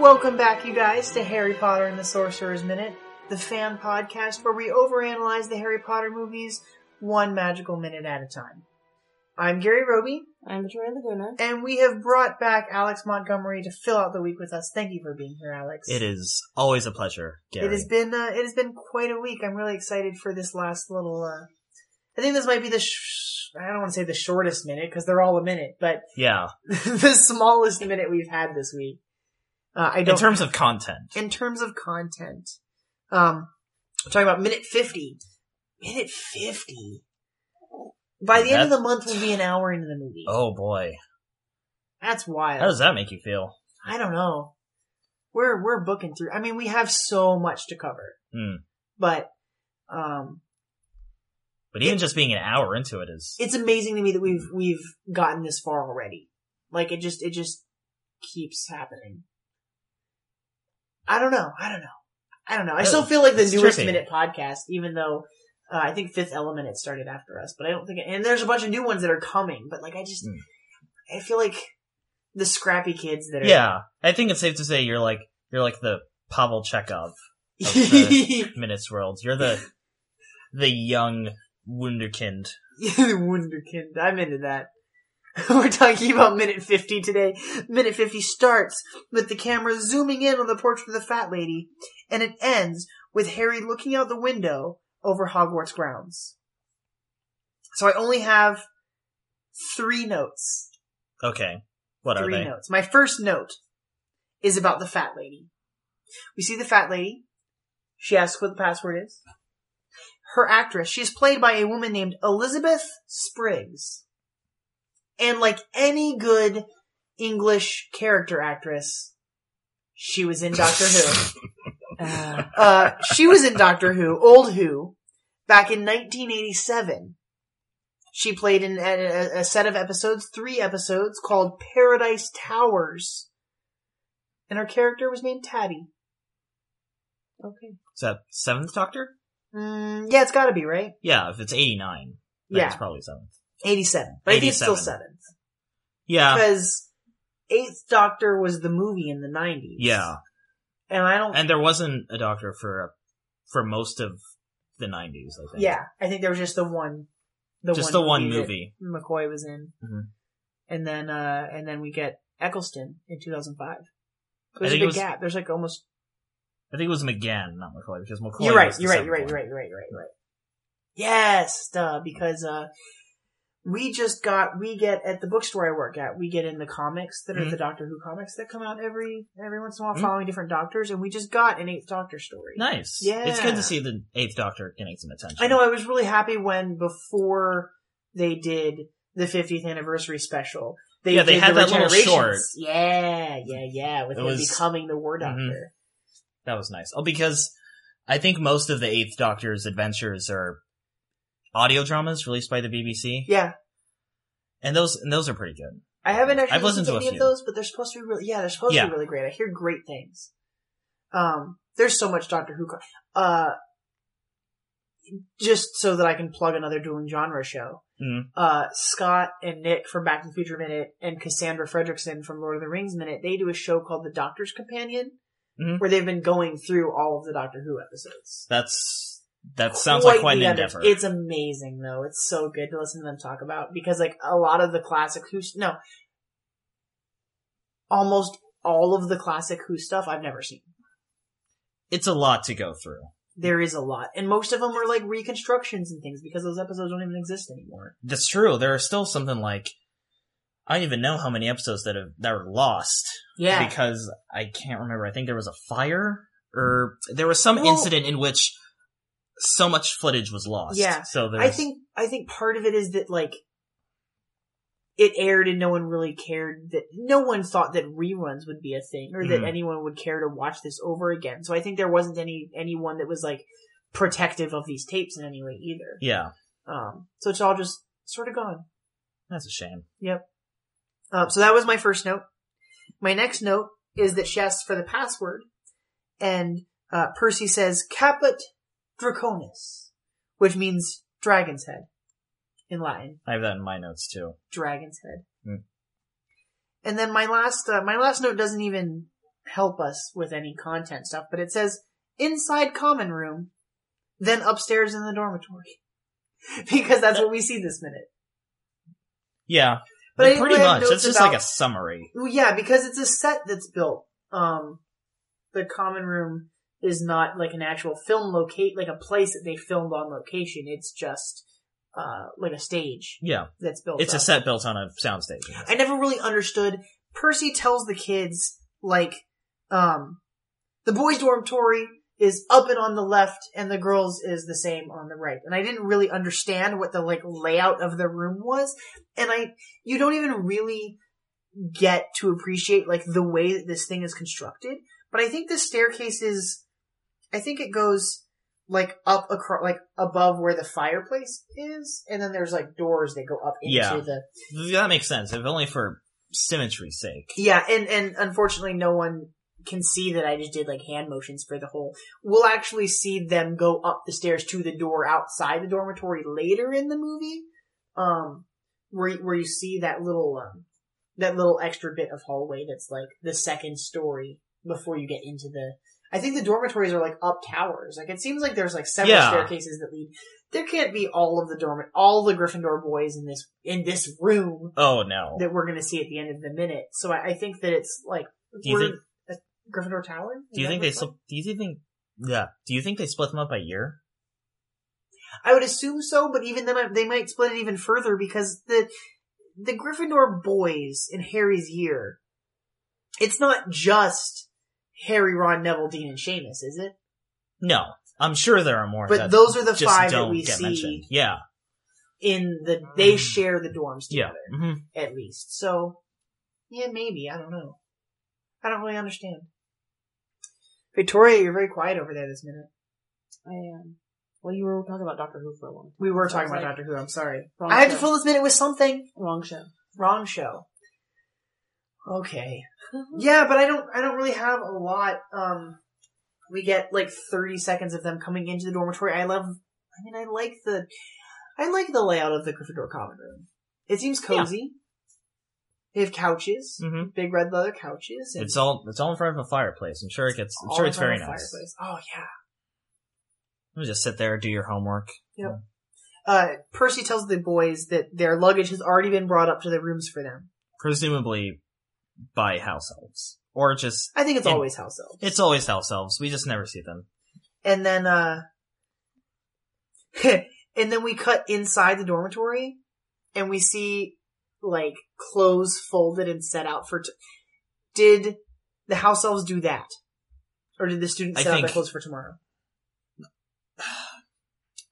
Welcome back, you guys, to Harry Potter and the Sorcerer's Minute, the fan podcast where we overanalyze the Harry Potter movies one magical minute at a time. I'm Gary Roby, I'm Victoria Laguna. and we have brought back Alex Montgomery to fill out the week with us. Thank you for being here, Alex. It is always a pleasure, Gary. It has been uh, it has been quite a week. I'm really excited for this last little. Uh, I think this might be the sh- I don't want to say the shortest minute because they're all a minute, but yeah. the smallest minute we've had this week. Uh, I In don't terms of content, in terms of content. Um, we're talking about minute 50. Minute 50. By the end of That- the month, we'll be an hour into the movie. oh boy, That's wild. how does that make you feel? I don't know. We're, we're booking through. I mean, we have so much to cover, Hmm. but, um, But even just being an hour into it is it's amazing to me that we've, we've gotten this far already. Like it just, it just keeps happening. I don't know. I don't know. I don't know. I still feel like the It's newest trippy. minute podcast, even though uh, I think Fifth Element it started after us, but I don't think. It, and there's a bunch of new ones that are coming, but like I just, Mm. I feel like the scrappy kids that are yeah. I think it's safe to say you're like you're like the Pavel Chekhov the minutes world. You're the the young wunderkind. wunderkind. I'm into that. We're talking about minute 50 today. Minute 50 starts with the camera zooming in on the portrait of the fat lady, and it ends with Harry looking out the window over Hogwarts grounds. So I only have three notes. Okay, what are three they? notes. My first note is about the fat lady. We see the fat lady. She asks what the password is. Her actress, she is played by a woman named Elizabeth Spriggs. And like any good English character actress, she was in Doctor Who. Uh, she was in Doctor Who, Old Who, back in 1987. She played in a, a set of episodes, three episodes, called Paradise Towers. And her character was named Tabby. okay. Is that seventh Doctor? Mm, yeah, it's gotta be, right? Yeah, if it's eighty nine, Yeah. it's probably seventh. 87. But I think it's still 87. 7th. Yeah, Because Eighth Doctor was the movie in the 90s. yeah. And I don't, And there wasn't a Doctor for for most of the nineties. I think. yeah, I think there was just the one, the just one the one that movie. McCoy was in. Mhm. And then, uh, and then we get Eccleston in 2005. There's I a think big it was- gap. There's like almost I think it was McGann, not McCoy, because McCoy. You're right. was the You're right. second You're right. one. You're right. You're right. You're right. You're right. Yes, duh. Because uh, we just got we get at the bookstore I work at. We get in the comics that are Mm-hmm. the Doctor Who comics that come out every every once in a while, Mhm. following different Doctors, and we just got an Eighth Doctor story. Nice. Yeah. It's good to see the Eighth Doctor getting some attention. I know. I was really happy when before they did the 50th anniversary special. They Yeah, they did had the that little regenerations. short. Yeah, yeah, yeah. With It him was- becoming the War Mhm. Doctor. That was nice. Oh, because I think most of the Eighth Doctor's adventures are audio dramas released by the BBC, Yeah, and those and those are pretty good. I haven't actually I've listened listened to to a any of few. those, but they're supposed to be really yeah, they're supposed to Yeah. be really great. I hear great things. Um, there's so much Doctor Who. co- Uh, just so that I can plug another dueling genre show. Mm. Uh, Scott and Nick from Back to the Future Minute and Cassandra Fredrickson from Lord of the Rings Minute, they do a show called The Doctor's Companion, Mhm. where they've been going through all of the Doctor Who episodes. That's that sounds like quite an the endeavor. It's amazing though. It's so good to listen to them talk about because like a lot of the classic Who no, almost all of the classic Who stuff I've never seen. It's a lot to go through. There is a lot, and most of them are like reconstructions and things because those episodes don't even exist anymore. That's true. There are still something like I don't even know how many episodes that have that are lost Yeah, because I can't remember. I think there was a fire or there was some Well- incident in which so much footage was lost. Yeah. So there's, I think I think part of it is that like it aired and no one really cared that no one thought that reruns would be a thing or that Mhm. anyone would care to watch this over again. So I think there wasn't any anyone that was like protective of these tapes in any way either. Yeah. Um, so it's all just sort of gone. That's a shame. Um, so that was my first note. My next note is that she asks for the password, and uh, Percy says "Caput Draconis," which means dragon's head in Latin. I have that in my notes too. Dragon's head. Hmm. And then my last uh, my last note doesn't even help us with any content stuff, but it says inside common room, then upstairs in the dormitory, because that's what we see this minute. Yeah. But But I pretty didn't really have much. It's notes just about- like a summary. Well, yeah, because it's a set that's built. Um, the common room is not like an actual film locate, like a place that they filmed on location. It's just uh, like a stage Yeah. that's built. It's a up. set built on a soundstage. I never really understood. Percy tells the kids like, um, the boys' dormitory is up and on the left, and the girls is the same on the right. And I didn't really understand what the like layout of the room was, and I you don't even really get to appreciate like the way that this thing is constructed. But I think the staircase is, I think it goes like up across, like above where the fireplace is, and then there's like doors that go up into Yeah. the that makes sense. If only for symmetry's sake. yeah, and and unfortunately, no one can see that I just did like hand motions for the whole. We'll actually see them go up the stairs to the door outside the dormitory later in the movie, um, where where you see that little um, that little extra bit of hallway that's like the second story before you get into the. I think the dormitories are like up towers. Like it seems like there's like several Yeah. staircases that lead. There can't be all of the dormit, all the Gryffindor boys in this in this room Oh no. that we're going to see at the end of the minute. So I, I think that it's like Do you we're think- at Gryffindor Tower. Is Do you that think what they it's split? Do you think? Yeah. Do you think they split them up by year? called? I would assume so, but even then, I, they might split it even further because the the Gryffindor boys in Harry's year, it's not just Harry, Ron, Neville, Dean, and Seamus, is it? No. I'm sure there are more. But that those are the just five that don't we get see. mentioned. Yeah. In the they share the dorms Yeah. together hmm at least. So yeah, maybe I don't know. I don't really understand. Victoria, you're very quiet over there this minute. I am. Well, you were talking about Doctor Who for a long time. We were So talking I was about Doctor Who. I'm sorry. Wrong I had to show. fill this minute with something. Wrong show. Wrong show. Okay. Yeah, but I don't. I don't really have a lot. Um, we get like 30 seconds of them coming into the dormitory. I love. I mean, I like the. I like the layout of the Gryffindor common room. It seems cozy. They have couches, hmm big red leather couches. and It's all it's all in front of a fireplace. I'm sure it gets. I'm all sure in it's front very of a nice. fireplace. Oh yeah. You just sit there, do your homework. Uh, Percy tells the boys that their luggage has already been brought up to the rooms for them. presumably by house elves or just I think it's And- always house elves. it's always house elves we just never see them and then uh and then we cut inside the dormitory and we see like clothes folded and set out for t- did the house elves do that or did the students I set out their think- clothes for tomorrow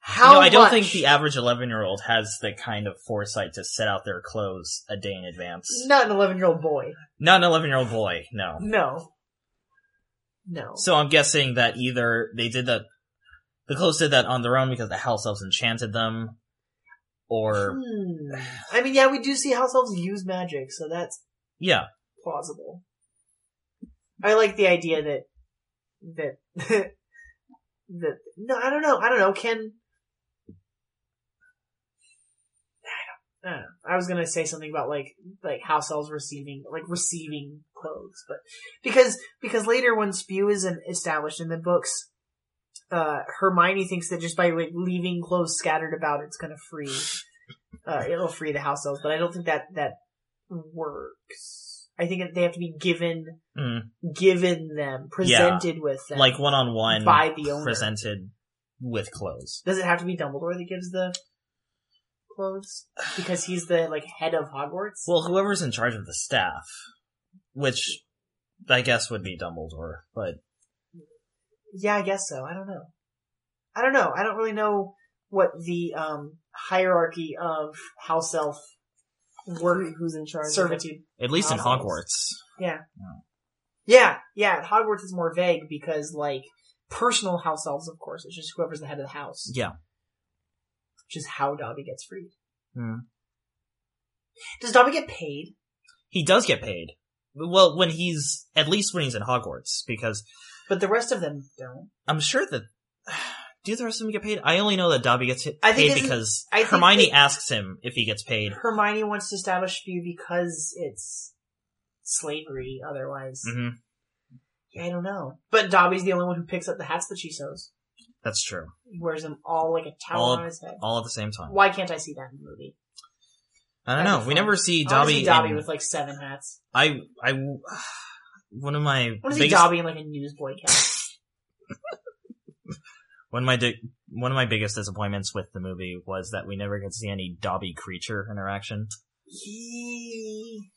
how no i don't much- think the average 11 year old has the kind of foresight to set out their clothes a day in advance not an 11 year old boy not an 11 year old boy no no no so i'm guessing that either they did that the clothes did that on their own because the house elves enchanted them or Hmm. i mean yeah we do see house elves use magic so that's yeah plausible. I like the idea that that that no, I don't know, I don't know. Can I don't, I don't know. I was gonna say something about like like house elves receiving like receiving clothes, but because because later when Spew is in, established in the books, uh, Hermione thinks that just by like leaving clothes scattered about, it's gonna free uh, it'll free the house elves. But I don't think that that works. I think that they have to be given Mm. given them, presented with them. like one on one by the owner. presented with clothes Does it have to be Dumbledore that gives the clothes because he's the like head of Hogwarts? Well, whoever's in charge of the staff, which I guess would be Dumbledore, but yeah, I guess so. I don't know. I don't know. I don't really know what the um, hierarchy of house elf work Who- Who's in Hmm. charge? of it. servitude. At least in Awesome. Hogwarts. Yeah, yeah. at Hogwarts is more vague because like personal house elves, of course, it's just whoever's the head of the house. Yeah. Which is how Dobby gets freed. Hmm. Does Dobby get paid? He does get paid. Well, when he's, at least when he's in Hogwarts, because But the rest of them don't. I'm sure that, do the rest of them get paid? I only know that Dobby gets hit, I think this paid is- because I think Hermione they- asks him if he gets paid. Hermione wants to establish you because it's slavery otherwise. hmm Yeah, I don't know. But Dobby's the only one who picks up the hats that she sews. That's true. He wears them all like a towel All- on his head. All at the same time. Why can't I see that in the movie? I don't That'd know. be We fun. never I see wanna Dobby. see Dobby in- with like seven hats. I, I, one of my I want to see biggest, Dobby in like a newsboy cap. one of my di- one of my biggest disappointments with the movie was that we never get to see any Dobby creature interaction. He...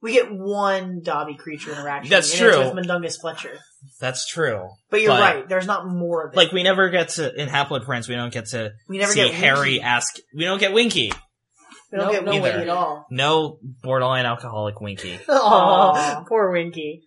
We get one Dobby creature interaction. That's and true. It's with Mundungus Fletcher. That's true. But you're But- right. There's not more of it. Like we never get to in Haploid Prince, we don't get to we never see get Harry Winky. ask. We don't get Winky. We don't Nope, get no Winky either. at all. No borderline alcoholic Winky. Aw, poor Winky.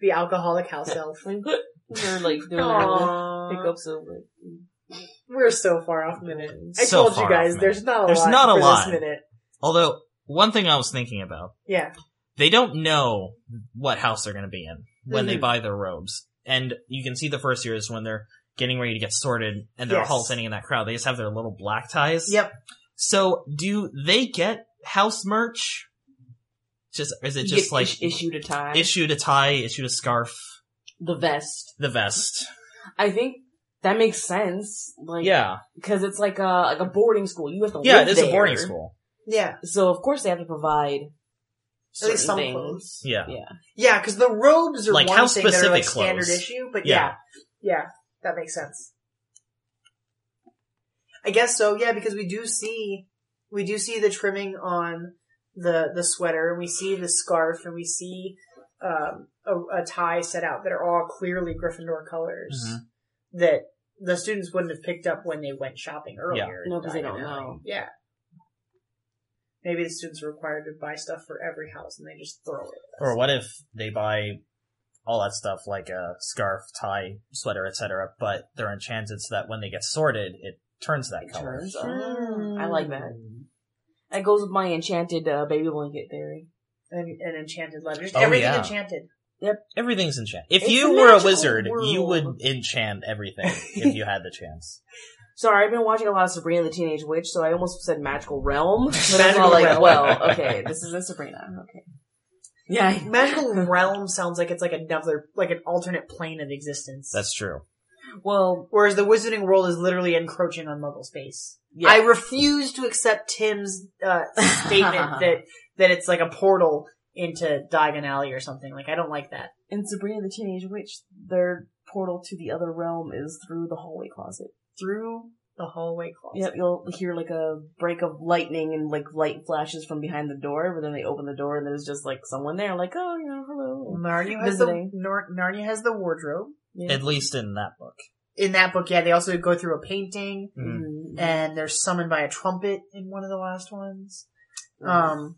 The alcoholic house elf. They're like doing their little Aw. pickups of like. We're so far off minute. I So told far you off guys, minute. there's not a There's lot not a for lot. this minute. Although one thing I was thinking about, Yeah. they don't know what house they're going to be in when they Mm-hmm. Mhm. buy their robes, and you can see the first years when they're getting ready to get sorted and they're Yes. all sitting in that crowd. They just have their little black ties. Yep. So do they get house merch? Just is it you just get like ish- issued a tie. issued a tie, issued a scarf, the vest. the vest? I think that makes sense. Like, Yeah, because it's like a like a boarding school. You have to yeah, live it is a there. boarding school. Yeah. So of course they have to provide At certain least some things. clothes. Yeah. Yeah. Yeah, because the robes are Like, one how thing that are like specific standard clothes. issue, but yeah. Yeah. yeah, that makes sense. I guess so. Yeah, because we do see we do see the trimming on the the sweater, and we see the scarf, and we see um, a, a tie set out that are all clearly Gryffindor colors Mhm. that the students wouldn't have picked up when they went shopping earlier. No, because they don't Diana. know. Yeah. Maybe the students are required to buy stuff for every house and they just throw it. Or what if they buy all that stuff like a scarf, tie, sweater, etc., but they're enchanted so that when they get sorted, it turns that It color. turns. Oh, I like that. That goes with my enchanted uh, baby blanket theory. an, an enchanted letter. Just Oh, everything yeah. enchanted. Everything's enchanted. If It's you a were a magical wizard, you would world. enchant everything if you had the chance. Sorry, I've been watching a lot of Sabrina the Teenage Witch, so I almost said magical realm. But I'm Magical all like, realm. well, okay, this isn't Sabrina. Okay. Yeah. I- Magical realm sounds like it's like another, like an alternate plane of existence. That's true. Well, Whereas the wizarding world is literally encroaching on muggle space. yeah. I refuse to accept Tim's uh, statement that that it's like a portal into Diagon Alley or something. Like I don't like that. in Sabrina the Teenage Witch, their portal to the other realm is through the hallway closet. Through the hallway closet. Yep, you'll hear like a break of lightning and like light flashes from behind the door, but then they open the door and there's just like someone there, like, oh, you know, hello. Narnia has Visiting. the Nar- Narnia has the wardrobe. Yeah. At least in that book. In that book, yeah, they also go through a painting, Mm. and they're summoned by a trumpet in one of the last ones. Mm. um,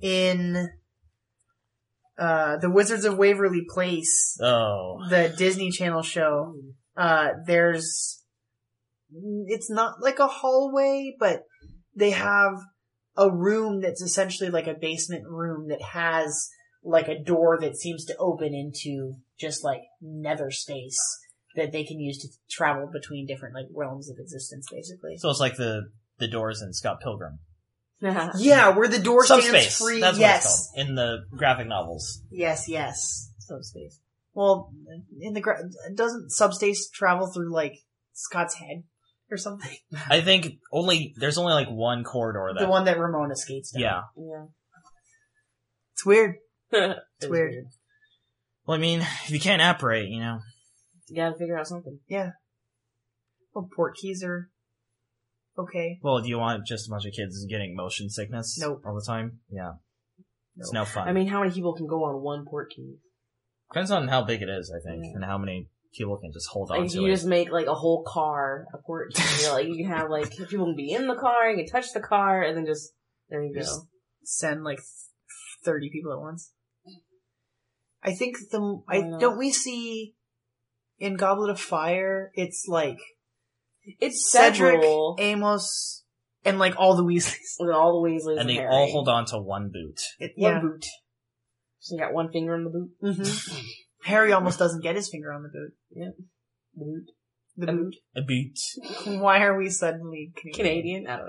in uh, the Wizards of Waverly Place, Oh. the Disney Channel show. Uh, there's it's not like a hallway, but they have a room that's essentially like a basement room that has like a door that seems to open into just like nether space that they can use to travel between different like realms of existence basically. So it's like the the doors in Scott Pilgrim. Yeah, where the door stands Subspace. free. That's yes. what it's called in the graphic novels. Yes, yes. Subspace. Well, in the gra- doesn't subspace travel through like Scott's head or something? I think only there's only like one corridor that. The one that Ramona skates down. yeah. Yeah. it's weird. It was weird. Well, I mean, if you can't operate, you know. You gotta figure out something. Well, port keys are okay. Well, do you want just a bunch of kids getting motion sickness Nope. all the time? Yeah. It's no fun. I mean, how many people can go on one port key? Depends on how big it is, I think, Yeah. and how many people can just hold on Mm. Like, to you it. just make like a whole car a port. You know, like you can have like people can be in the car, you can touch the car, and then just there you go. Just- Send like thirty people at once. I think the I Why not? don't we see in Goblet of Fire. It's like It's Cedric, several Amos, and like all the Weasleys. with all the Weasleys and they Harry. all hold on to one boot. It- one yeah. boot. So you got one finger in the boot. hmm Harry almost doesn't get his finger on the boot. The boot. The The boot. A boot. Why are we suddenly Canadian? Canadian. I don't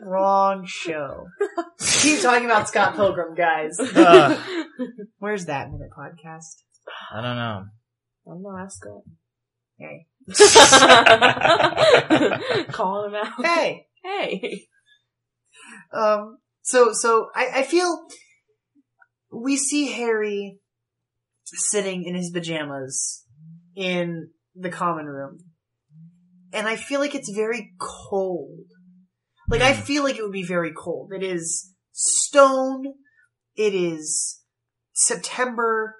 know. Wrong show. Keep talking about Scott Pilgrim, guys. Uh. Where's that minute podcast? I don't know. I'm not asking. Hey, Calling him out. hey. Hey. Um. So so I, I feel we see Harry sitting in his pajamas in the common room, and I feel like it's very cold. Like Hmm. I feel like it would be very cold. It is stone. It is September.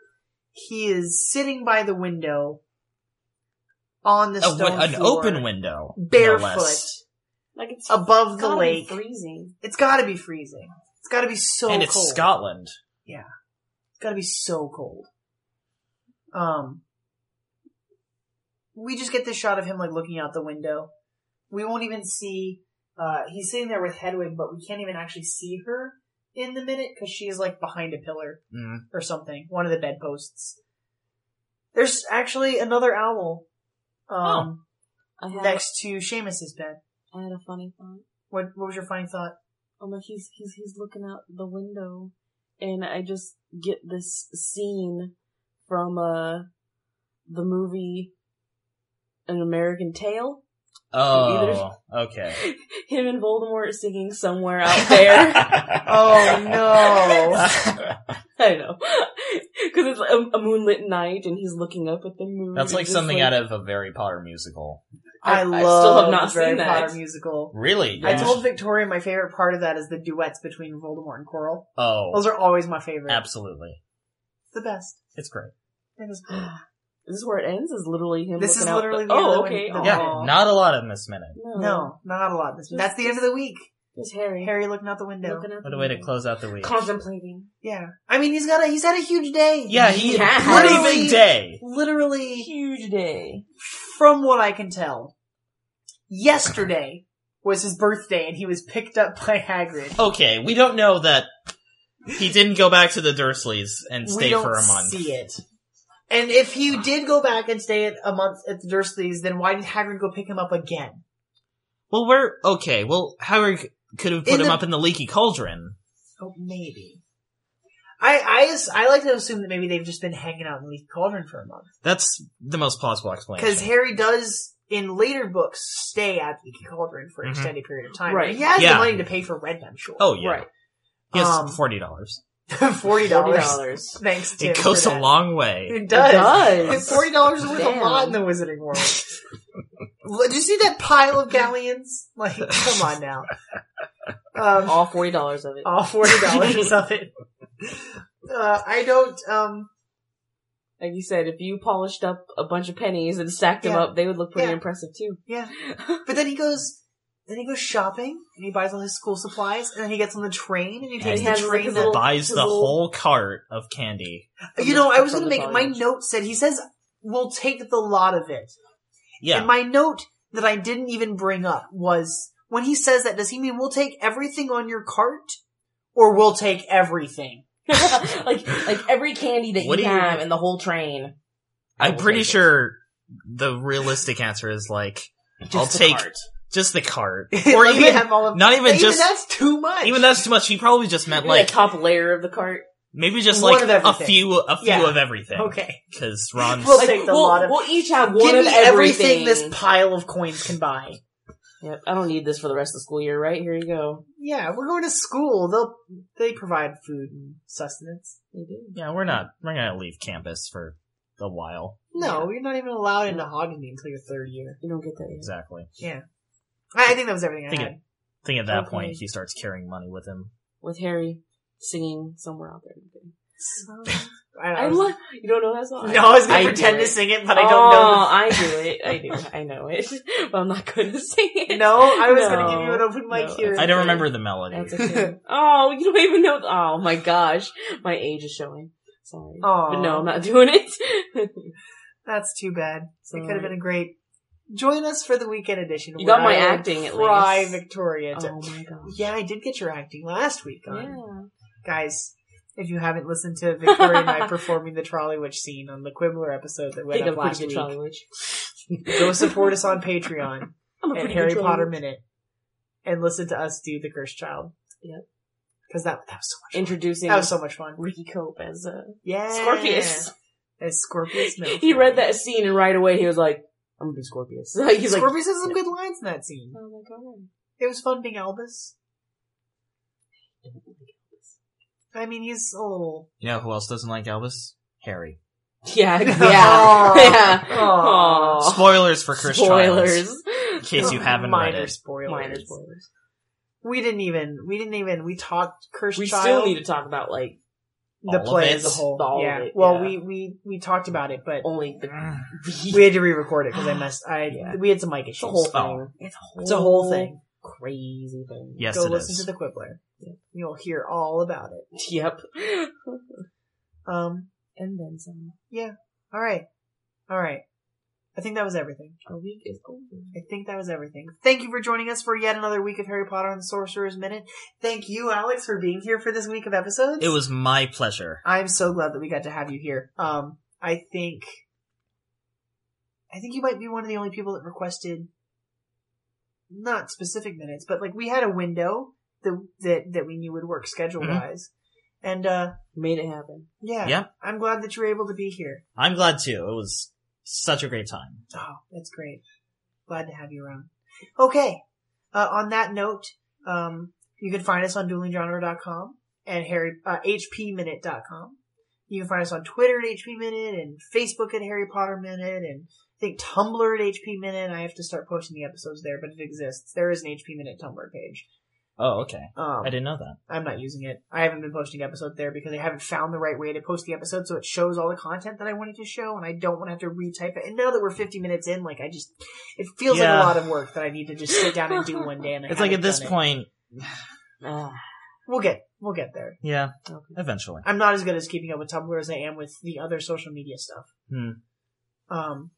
He is sitting by the window on the A stone wi- an floor, open window. no barefoot less. Like it's above the gotta be lake. freezing. It's got to be freezing. It's got to be so and it's cold. Scotland. It's got to be so cold. Um, we just get this shot of him like looking out the window. We won't even see. Uh, he's sitting there with Hedwig, but we can't even actually see her in the minute because she is like behind a pillar Mm. or something, one of the bedposts. There's actually another owl um, I had, next to Seamus's bed. I had a funny thought. What, what was your funny thought? I'm like, he's he's he's looking out the window, and I just get this scene from uh the movie An American Tale. Oh, okay. Him and Voldemort singing somewhere out there. Oh no! I know, because it's a, a moonlit night, and he's looking up at the moon. That's and like just, something out of a Harry Potter musical. I- I, I still have love not the Harry seen that. Potter musical. Really? I Yeah. told Victoria my favorite part of that is the duets between Voldemort and Quirrell. Those Oh, are always my favorite. absolutely. The best. It's great. It is- This is where it ends. Is literally him. This looking is out literally the other oh, one. okay. The- aw. Yeah, Aw. not a lot in this minute. No, not a lot. This- Just- That's the end of the week. it's Harry. Harry looking out the window. looking out What the a way to window. close out the week. Contemplating. Yeah. I mean, he's got a, he's had a huge day. Yeah, he Yeah. had a Literally- big day. Literally, Huge day. from what I can tell, yesterday was his birthday and he was picked up by Hagrid. Okay, we don't know that he didn't go back to the Dursleys and we stay don't for a month. see it. And if he did go back and stay at a month at the Dursleys, then why did Hagrid go pick him up again? Well, we're okay. Well, Howard c- could have put In him the- up in the leaky cauldron. Oh, maybe. I I, as- I like to assume that maybe they've just been hanging out in the Leaky Cauldron for a month That's the most plausible because explanation. Harry does in later books stay at the Leaky Cauldron for an Mhm. extended period of time. Right. He has Yeah. the money to pay for rent, I'm sure. Oh yeah, Right. he has Um, forty dollars. forty dollars. dollars. Thanks, Tim. It goes for a that. long way. It does. does. Forty dollars is worth a Damn. lot in the Wizarding World. Look, Do you see that pile of galleons? Like, come on now. Um, All forty dollars of it. all forty dollars of it. Uh, I don't. Um, Like you said, if you polished up a bunch of pennies and stacked them Yeah. up, they would look pretty Yeah. impressive too. yeah, but then he goes. Then he goes shopping and he buys all his school supplies and then he gets on the train and he takes he the has, like, train. his that- little- Buys the Little- whole cart of candy. you know, I was from going to the make my college. note said he says we'll take the lot of it. Yeah, And my note that I didn't even bring up was when he says that, does he mean we'll take everything on your cart or we'll take everything? like like every candy that What you do you- have in the whole train. I'm will pretty take it. sure the realistic answer is like I'll the take- cart. just the cart, or Like, we even have all of- not even even just- that's too much. even that's too much. He probably just meant Maybe like the top layer of the cart. maybe just One like of a everything. few a few Yeah. of everything. okay. because Ron's We'll take the we'll, lot of- we'll each have one Give of me everything. everything. this pile of coins can buy. Yep, I don't need this for the rest of the school year, right? Here you go. Yeah, we're going to school. They'll they provide food and sustenance. You do. yeah, we're not we're gonna leave campus for a while No, you're not even allowed into Hogmanay until your third year. You don't get that yet. exactly. I, I think that was everything I, Think had. I think at that Okay. point he starts carrying money with him. With Harry singing somewhere out there. I don't I know. love. You don't know that song? no, I was gonna do pretend to it. sing it, but I don't Oh, know. I do it. I do. I know it. But I'm not going to sing The- it. no, I was gonna give No. you an open mic No. here. I don't remember the melody. That's okay. oh, you don't even know. Oh my gosh, my age is showing. Sorry, Aw. but no, I'm not doing it. That's too bad. It could Sorry. have been a great. Join us for the weekend edition. You got my where I will acting at Cry least. Victoria. to- Oh my gosh. Yeah, I did get your acting last week on. Yeah. Guys, if you haven't listened to Victoria and I performing the Trolley Witch scene on the Quibbler episode that I went think up I'm last pretty good week, Charlie Witch. go support us on Patreon I'm a at pretty Harry good Potter Charlie Witch. Minute and listen to us do The Cursed Child. Yep. Because that, that was so much Introducing fun. That was so much fun. Ricky Cope as uh, Yeah. Scorpius. As Scorpius Malfoy. He read that scene and right away he was like, "I'm gonna be Scorpius." Like, he's like, Scorpius has some good lines in that scene. "Oh my god." It was fun being Albus. I mean, he's a little. You know who else doesn't like Elvis? Harry. Yeah, yeah, Aw. yeah. Aw. Aw. Spoilers for Chris Spoilers. spoilers. In case you haven't minor read it. spoilers. Minor spoilers. We didn't even. We didn't even. We talked cursed We child. still need to talk about like the All of play it. as a whole. All of yeah. it, well, yeah. Oh, we we we talked about it, but only the we had to re-record it because I messed. I Yeah. we had some mic issues. the whole Oh. thing. It's a whole, It's a whole thing. Crazy thing. Yes, Go it listen is. to the Quibbler. You'll hear all about it. Yep. Um. and then some. All right. All right. I think that was everything. Our week is over. I think that was everything. Thank you for joining us for yet another week of Harry Potter and the Sorcerer's Minute. Thank you, Alex, for being here for this week of episodes. It was my pleasure. I'm so glad that we got to have you here. Um, I think, I think you might be one of the only people that requested not specific minutes, but like we had a window that that, that we knew would work schedule wise, and uh, Made it happen. yeah, Yeah. I'm glad that you were able to be here. I'm glad too. It was such a great time. Oh, that's great. Glad to have you around. Okay. Uh, on that note, um, you can find us on duelinggenre.com and Harry, uh, hpminute.com. You can find us on Twitter at HP Minute and Facebook at Harry Potter Minute and I think Tumblr at HP Minute. I have to start posting the episodes there, but it exists. There is an HP Minute Tumblr page. Oh, okay. Um, I didn't know that. I'm not using it. I haven't been posting episodes there because I haven't found the right way to post the episode so it shows all the content that I wanted to show and I don't want to have to retype it. And now that we're 50 minutes in, like I just, it feels like Yeah. a lot of work that I need to just sit down and do one day and I It's like haven't at this done it. point, Ah, We'll get, we'll get there. yeah, okay. eventually. I'm not as good as keeping up with Tumblr as I am with the other social media stuff. Hmm. Um,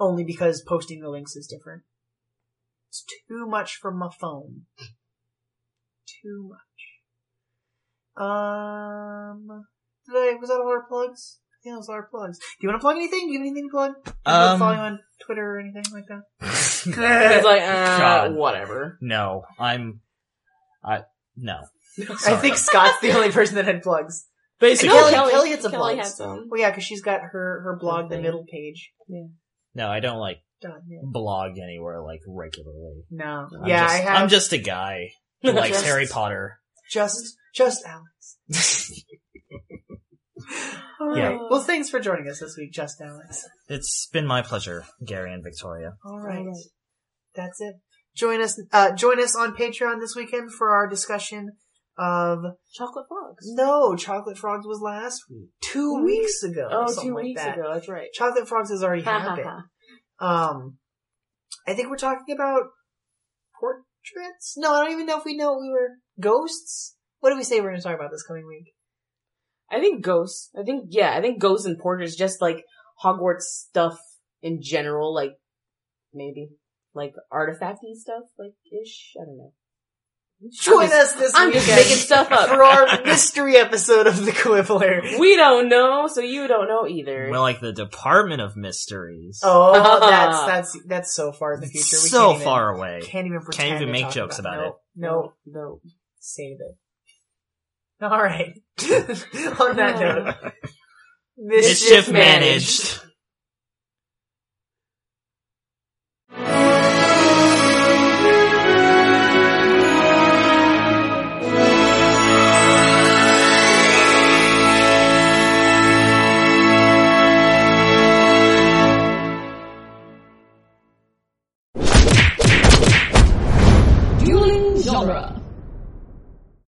only because posting the links is different. It's too much for my phone. Too much. Um, did I, was that all our plugs? I think that was all our plugs. Do you want to plug anything? Do you have anything to plug? Um, Um, follow you on Twitter or anything like that? It's like, uh, God. whatever. no, I'm, I no. I think Scott's the only person that had plugs. Basically, Kelly- Kelly had some had plugs. some. Well, yeah, because she's got her, her blog, The Okay. Middle Page. No, I don't like Dot net. blog anywhere like regularly. No. I'm yeah, just, I have. I'm just a guy who likes Just- Harry Potter. Just, just Alex. All Yeah. right. Oh. Well, thanks for joining us this week, just Alex. It's been my pleasure, Gary and Victoria. All right. All right. That's it. Join us, uh, join us on Patreon this weekend for our discussion of Chocolate frogs. no, Chocolate Frogs was last week, two Really? weeks ago. Oh, something two like weeks that. ago. That's right. Chocolate Frogs has already Ha, ha, happened. ha. Um, I think we're talking about portraits. No, I don't even know if we know we were ghosts. What did we say we are going to talk about this coming week? I think ghosts. I think yeah. I think ghosts and porters, just like Hogwarts stuff in general, like maybe like artifacty stuff, like ish. I don't know. Join I'm just- us this I'm weekend just making stuff for up. our mystery episode of The Quibbler. We don't know, so you don't know either. We're like the Department of Mysteries. Oh, that's that's that's so far in the future. We Uh-huh. so can't even- far away. Can't even pretend to even make talk jokes about it. No, no. no, save it. All right. On that note, mischief, Mischief managed. managed.